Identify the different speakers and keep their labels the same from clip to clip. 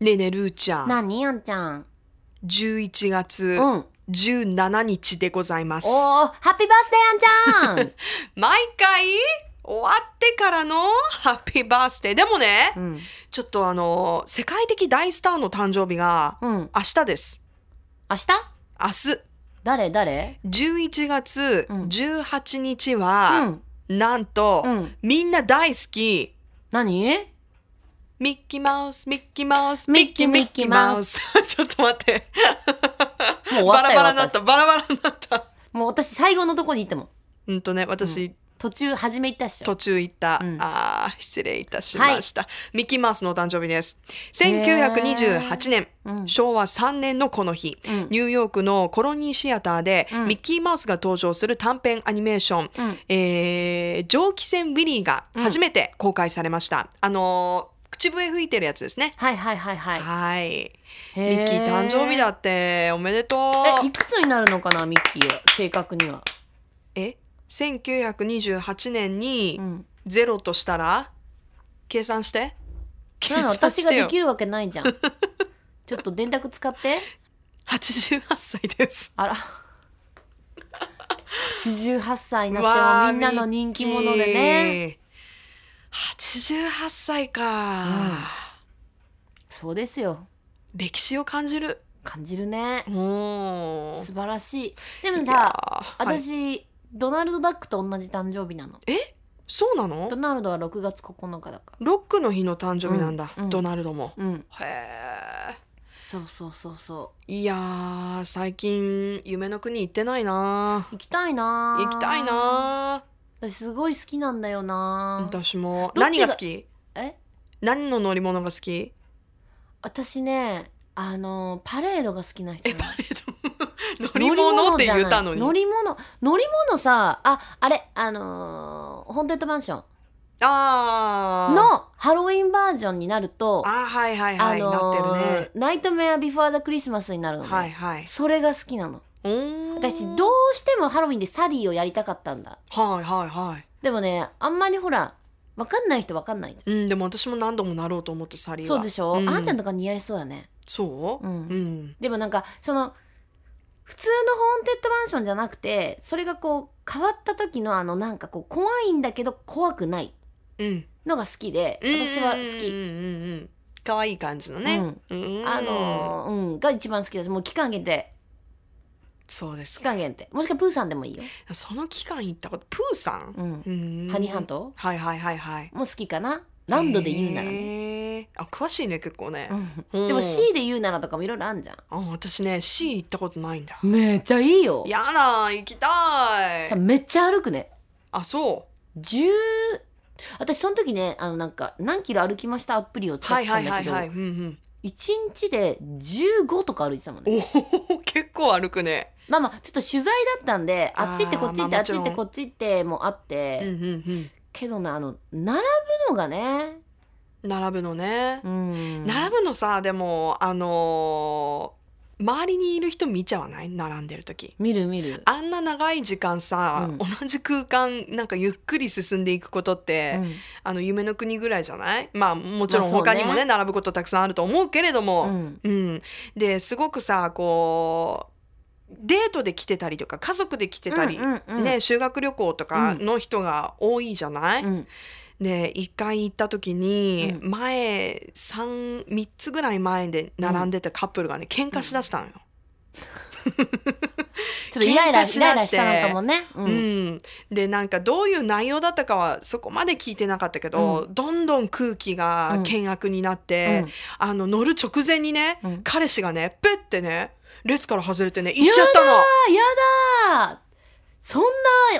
Speaker 1: ねえねえるーちゃん
Speaker 2: 何あんちゃん。
Speaker 1: 11
Speaker 2: う
Speaker 1: 月
Speaker 2: ん。おー、
Speaker 1: 17日でございます、
Speaker 2: ハッピーバースデーあんち
Speaker 1: 毎回終わってからのハッピーバースデーでもね、
Speaker 2: ゃん。
Speaker 1: ちょっとあの世界的大スターの誕生日が
Speaker 2: うん。うん。
Speaker 1: 明日です
Speaker 2: 明日
Speaker 1: 明日
Speaker 2: 誰誰
Speaker 1: 11月
Speaker 2: うん
Speaker 1: 18日
Speaker 2: う
Speaker 1: は、
Speaker 2: ん。
Speaker 1: なんと、
Speaker 2: うん。
Speaker 1: みんな大好き
Speaker 2: 何
Speaker 1: ミッキーマウスミッキーマウス
Speaker 2: ミッキー
Speaker 1: ミッキーマウス ちょっと待って
Speaker 2: もう終わ
Speaker 1: バ
Speaker 2: った
Speaker 1: ラ
Speaker 2: よ。
Speaker 1: バラになった
Speaker 2: 私
Speaker 1: バラバラになった
Speaker 2: もう私最後のとこに行ってもん。
Speaker 1: うんとね私、
Speaker 2: 途中、初め行ったっしょ。
Speaker 1: 途中行った、
Speaker 2: うん
Speaker 1: あー失礼いたしました、ミッキーマウスのお誕生日です
Speaker 2: へー
Speaker 1: 1928年、
Speaker 2: うん。
Speaker 1: 昭和3年のこの日
Speaker 2: うん
Speaker 1: ニューヨークのコロニーシアターで、
Speaker 2: うん
Speaker 1: ミッキーマウスが登場する短編アニメーション
Speaker 2: うん。
Speaker 1: 「えー蒸気船ウィリー」が初めて公開されました、あのー口笛吹いてるやつですね
Speaker 2: はいはいはいはい。
Speaker 1: はいミ
Speaker 2: ミ
Speaker 1: ッキー誕生日だ。っておめでと
Speaker 2: え、
Speaker 1: う
Speaker 2: いくつになるのかな、ミッキーは。正確には。
Speaker 1: え1928年に
Speaker 2: うん。
Speaker 1: ゼロとしたら計算して計
Speaker 2: なんか
Speaker 1: 算
Speaker 2: 私
Speaker 1: し
Speaker 2: が
Speaker 1: て
Speaker 2: で
Speaker 1: よ
Speaker 2: きるわけないじゃん。ちょっと電卓使って。
Speaker 1: 88歳です
Speaker 2: あら。88歳に
Speaker 1: わ
Speaker 2: な
Speaker 1: あ
Speaker 2: ってもみんなの人気者でね。
Speaker 1: ミッキー88歳か、
Speaker 2: そうですよ。
Speaker 1: 歴史を感じる
Speaker 2: 感じるね。
Speaker 1: おー
Speaker 2: 素晴らしい。でも
Speaker 1: いや
Speaker 2: さ、
Speaker 1: ーはい
Speaker 2: 私、ドナルド・ダックと同じ誕生日なの。
Speaker 1: そうな
Speaker 2: ド
Speaker 1: の
Speaker 2: ナルドは6月9日だから。
Speaker 1: ロックの日の誕生日なんだ、
Speaker 2: うんうん
Speaker 1: ドナルドも
Speaker 2: うん。
Speaker 1: へえ
Speaker 2: そうそうそうそ
Speaker 1: いやー最近夢の国行ってないな
Speaker 2: う。行きたいなー
Speaker 1: 行きたいな
Speaker 2: 私すごい好きなんだよなー
Speaker 1: 私も
Speaker 2: どっちが
Speaker 1: 何が好き
Speaker 2: え
Speaker 1: 何の乗り物が好き
Speaker 2: 私ね、あのーパレードが好きな人
Speaker 1: え
Speaker 2: なの
Speaker 1: パレード乗り物って言ったのに
Speaker 2: 乗り物、乗り物さ、あ、あれ、あのーホーンテッドマンション
Speaker 1: あー
Speaker 2: のハロウィンバージョンになると、
Speaker 1: あーはいはいはい、なってるね
Speaker 2: ーナイトメアビフォーザクリスマスになるのね、
Speaker 1: はいはい
Speaker 2: それが好きなの
Speaker 1: うーん
Speaker 2: 私どうしてもハロウィンでサリーをやりたかったんだ
Speaker 1: はいはいはい
Speaker 2: でもねあんまりほらわかんない人わかんないじ
Speaker 1: うんでも私も何度もなろうと思ってサ
Speaker 2: ゃ
Speaker 1: リ
Speaker 2: ん
Speaker 1: ー
Speaker 2: そ
Speaker 1: は
Speaker 2: うでしょ、
Speaker 1: うん
Speaker 2: あんちゃんとか似合いそうやね
Speaker 1: そうう
Speaker 2: う、
Speaker 1: んん
Speaker 2: でもなんかその普通のホーンテッドマンションじゃなくてそれがこう変わった時のあのなんかこう怖いんだけど怖くない
Speaker 1: うん
Speaker 2: のが好きで私は好
Speaker 1: うんうんう
Speaker 2: き、
Speaker 1: んうん可愛い感じのねうん
Speaker 2: あのーうんが一番好きですもう期間限定
Speaker 1: そうです
Speaker 2: 期
Speaker 1: か
Speaker 2: 間限定もしくはプーさんでもいいよ、
Speaker 1: その期間行ったことプーさん
Speaker 2: うん、
Speaker 1: うん
Speaker 2: ハニーハント
Speaker 1: はいはいはいはい
Speaker 2: も好きかなランドで言うならね、
Speaker 1: へーあ詳しいね結構ね
Speaker 2: うん
Speaker 1: うん
Speaker 2: でも C で言うならとかもいろいろあんじゃ
Speaker 1: あ私ね C 行ったことないんだ
Speaker 2: んめっちゃいいよ
Speaker 1: やだ行きたい
Speaker 2: めっちゃ歩くね
Speaker 1: あそ
Speaker 2: 10私その時ねあのなんか何キロ歩きましたアプリを
Speaker 1: う
Speaker 2: 使っ
Speaker 1: はい
Speaker 2: てた
Speaker 1: は
Speaker 2: ん
Speaker 1: い
Speaker 2: だ
Speaker 1: は
Speaker 2: け
Speaker 1: い
Speaker 2: ど、
Speaker 1: はいうんうん
Speaker 2: 1日で15とか歩いてたもんね
Speaker 1: おお 結構歩くね
Speaker 2: まあまあちょっと取材だったんで
Speaker 1: あー
Speaker 2: あっち行ってこっち行って
Speaker 1: まあ
Speaker 2: あ
Speaker 1: も
Speaker 2: っ
Speaker 1: ち
Speaker 2: ち
Speaker 1: ろん
Speaker 2: 行ってこっち行ってもあっ
Speaker 1: う
Speaker 2: て、
Speaker 1: んうんうん
Speaker 2: けどなあの並ぶのがね
Speaker 1: 並ぶのね、
Speaker 2: うん
Speaker 1: 並ぶのさでもあのー周りにいる人見ちゃわない並んでる時
Speaker 2: 見る見る
Speaker 1: あんな長い時間さ、
Speaker 2: うん
Speaker 1: 同じ空間なんかゆっくり進んでいくことって、
Speaker 2: うん
Speaker 1: あの夢の国ぐらいじゃないまあもちろ
Speaker 2: ま
Speaker 1: ん
Speaker 2: あそうね
Speaker 1: 他にもね,、並ぶことたくさんあると思うけれど
Speaker 2: う
Speaker 1: も、
Speaker 2: ん
Speaker 1: うんですごくさこうデートで来てたりとか家族で来てたり、
Speaker 2: うんうんうん
Speaker 1: ね、修学旅行とかの人が多いじゃない、
Speaker 2: うん
Speaker 1: で一回行った時に
Speaker 2: う
Speaker 1: 前三三つぐらい前で並んでたカップルがね喧嘩しだしたのよ。
Speaker 2: ちょっとイライラ
Speaker 1: 喧嘩し
Speaker 2: イ
Speaker 1: だ
Speaker 2: ライラ
Speaker 1: し
Speaker 2: してたのかもね。う
Speaker 1: うん
Speaker 2: ん。
Speaker 1: でなんかどういう内容だったかはそこまで聞いてなかったけど、どんどん空気が険悪になって、あの乗る直前にね、
Speaker 2: うん
Speaker 1: 彼氏がねペッてね列から外れてね行っちゃったの。
Speaker 2: ああ、そんな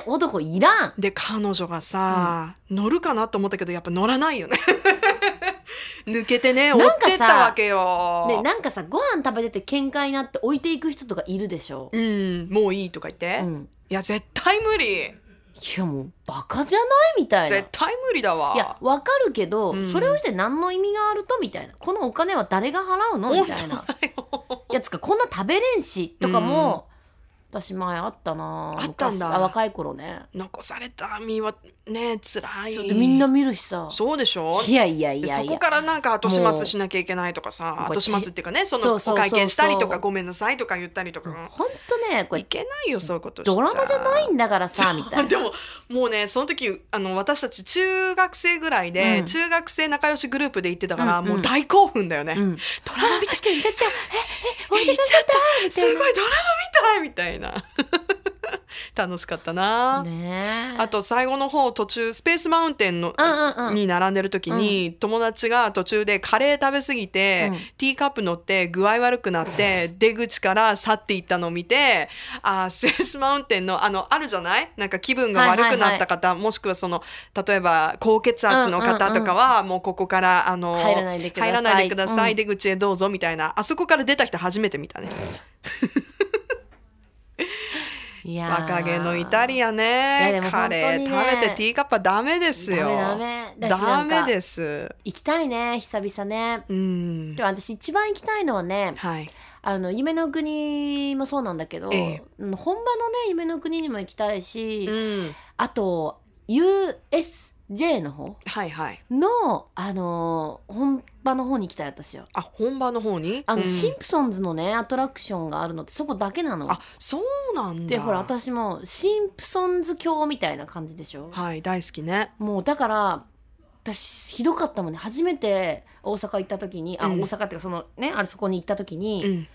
Speaker 2: 男いらん。
Speaker 1: で彼女がさ、乗るかなと思ったけどやっぱ乗らないよ ね。抜けてね追
Speaker 2: なん
Speaker 1: っ
Speaker 2: かさ
Speaker 1: てったわけよ。
Speaker 2: ね、なんかさ、ご飯食べてて喧嘩になって置いていく人とかいるでしょ。
Speaker 1: うん、もういいとか言って、
Speaker 2: う
Speaker 1: い
Speaker 2: ん。
Speaker 1: や絶対無理
Speaker 2: いやもうバカじゃないみたいな。
Speaker 1: 絶
Speaker 2: い
Speaker 1: 対無理だわ
Speaker 2: や、わかるけど、
Speaker 1: うん
Speaker 2: それをして何の意味があるとみたいな。このお金は誰が払うのみたいな。いやつか、こんな食べれんし、とかも、私前あったな
Speaker 1: あったんだ
Speaker 2: 昔あ若い頃ね
Speaker 1: 残された身はね辛
Speaker 2: そう
Speaker 1: い
Speaker 2: でみんな見るしさ
Speaker 1: そうでしょ
Speaker 2: いやいやい
Speaker 1: で
Speaker 2: や
Speaker 1: そ
Speaker 2: い
Speaker 1: こ
Speaker 2: や
Speaker 1: からなんか後始末しなきゃいけないとかさ
Speaker 2: もう
Speaker 1: 後始末っていうかねそ
Speaker 2: そ
Speaker 1: の
Speaker 2: うそ
Speaker 1: お
Speaker 2: うそうそう
Speaker 1: 会見したりとかごめんなさいとか言ったりとか
Speaker 2: ほんとねこ
Speaker 1: い
Speaker 2: れ
Speaker 1: けないよそういうことしち
Speaker 2: ドラマじゃないんだからさみたいな
Speaker 1: でももうねその時あの私たち中学生ぐらいで、
Speaker 2: うん
Speaker 1: 中学生仲良しグループで行ってたから、
Speaker 2: うんうん
Speaker 1: もう大興奮だよね、
Speaker 2: うん
Speaker 1: ドラマ見たい
Speaker 2: 私さええ
Speaker 1: え
Speaker 2: 俺
Speaker 1: 行
Speaker 2: で
Speaker 1: っちゃった
Speaker 2: み
Speaker 1: す
Speaker 2: たい
Speaker 1: ごいドラマみたいみたいな 楽しかったな、
Speaker 2: なねえ
Speaker 1: あと最後の方途中スペースマウンテンの、
Speaker 2: うんうんうん
Speaker 1: に並んでる時に、友達が途中でカレー食べ過ぎて、
Speaker 2: うん
Speaker 1: ティーカップ乗って具合悪くなって出口から去っていったのを見てあースペースマウンテンのあのあるじゃないなんか気分が悪くなった方、もしくはその例えば高血圧の方とかは、もうここからあの
Speaker 2: 入らないでください
Speaker 1: 入らないでください
Speaker 2: うん
Speaker 1: 出口へどうぞみたいなあそこから出た人初めて見たね
Speaker 2: いやー
Speaker 1: 若気のイタリア
Speaker 2: いや
Speaker 1: ね
Speaker 2: でも
Speaker 1: カ
Speaker 2: 本当
Speaker 1: レー
Speaker 2: にね
Speaker 1: 食べてティーカップはダメですよ
Speaker 2: ダメダメ
Speaker 1: ダメですす
Speaker 2: 行きたいね久々ね
Speaker 1: うん
Speaker 2: でも私一番行きたいのはね
Speaker 1: はい
Speaker 2: あの夢の国もそうなんだけど、
Speaker 1: え
Speaker 2: うん本場のね夢の国にも行きたいし、
Speaker 1: うん
Speaker 2: あと USJ の方
Speaker 1: はいはい
Speaker 2: の、あのー本場の方に行きたい私は。
Speaker 1: あ本場の方に
Speaker 2: あの、
Speaker 1: うん
Speaker 2: シンプソンズのねアトラクションがあるのってそこだけなの。
Speaker 1: あそうなんだ
Speaker 2: でほら私もうシンプソンズ教みたいな感じでしょ。
Speaker 1: はい大好きね
Speaker 2: もうだから私ひどかったもんね初めて大阪行った時にあ、
Speaker 1: うん
Speaker 2: 大阪っていうかそのねあれそこに行った時に、
Speaker 1: うん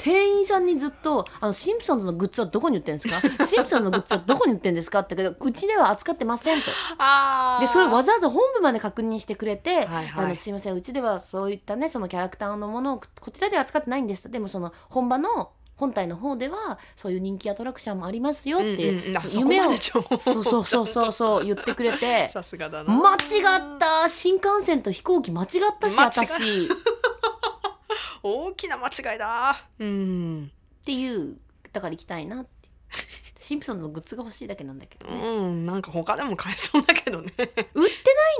Speaker 2: 店員さんにずっと「あのシンプソンズのグッズはどこに売ってる んですか? 」「シンプソンズのグッズはどこに売ってるんですか?」って言うけど「うちでは扱ってません」と。
Speaker 1: あー
Speaker 2: でそれをわざわざ本部まで確認してくれて「
Speaker 1: はいはい
Speaker 2: あのすいませんうちではそういったねそのキャラクターのものをこちらでは扱ってないんです」とでもその本場の本体の方ではそういう人気アトラクションもありますよ」っていう,、
Speaker 1: うんうんあそこ
Speaker 2: 夢
Speaker 1: ま
Speaker 2: を
Speaker 1: で情報
Speaker 2: そうそうそうそうそう言ってくれて
Speaker 1: さすがだな
Speaker 2: 間違った新幹線と飛行機間違ったし
Speaker 1: 間違
Speaker 2: 私っ
Speaker 1: 大きな間違いだうん
Speaker 2: ていうだから行きたいなってシンプソンズのグッズが欲しいだけなんだけどね
Speaker 1: うんなんか他でも買えそうだけどね
Speaker 2: 売ってな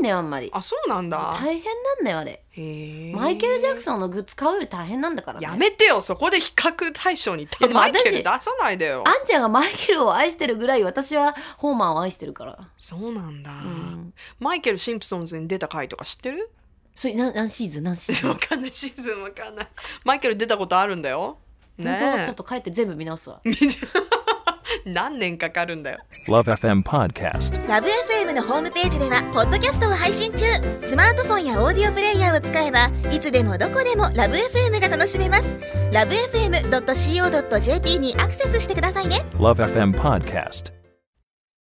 Speaker 2: いねあんまり
Speaker 1: あそうなんだ
Speaker 2: 大変なんだよあれ
Speaker 1: へえ
Speaker 2: マイケル・ジャクソンのグッズ買うより大変なんだからね
Speaker 1: やめてよそこで比較対象に
Speaker 2: やでも
Speaker 1: マイ
Speaker 2: 私
Speaker 1: ケル出さないでよ
Speaker 2: あんちゃんがマイケルを愛してるぐらい私はホーマーを愛してるから、
Speaker 1: そうなんだ、
Speaker 2: うん、
Speaker 1: マイケル・シンプソンズに出た回とか知ってる
Speaker 2: それな何シーズン何シーズン
Speaker 1: わかんないシーズンわかんないマイケル出たことあるんだよね
Speaker 2: 本当はちょっと帰って全部見直すわ
Speaker 1: え何年かかるんだよ
Speaker 3: Love FM Podcast.
Speaker 4: ラブ f m のホームページではポッドキャストを配信中スマートフォンやオーディオプレイヤーを使えばいつでもどこでもラブ f m が楽しめますラブ FM.co.jp にアクセスしてくださいね
Speaker 3: Love FM Podcast.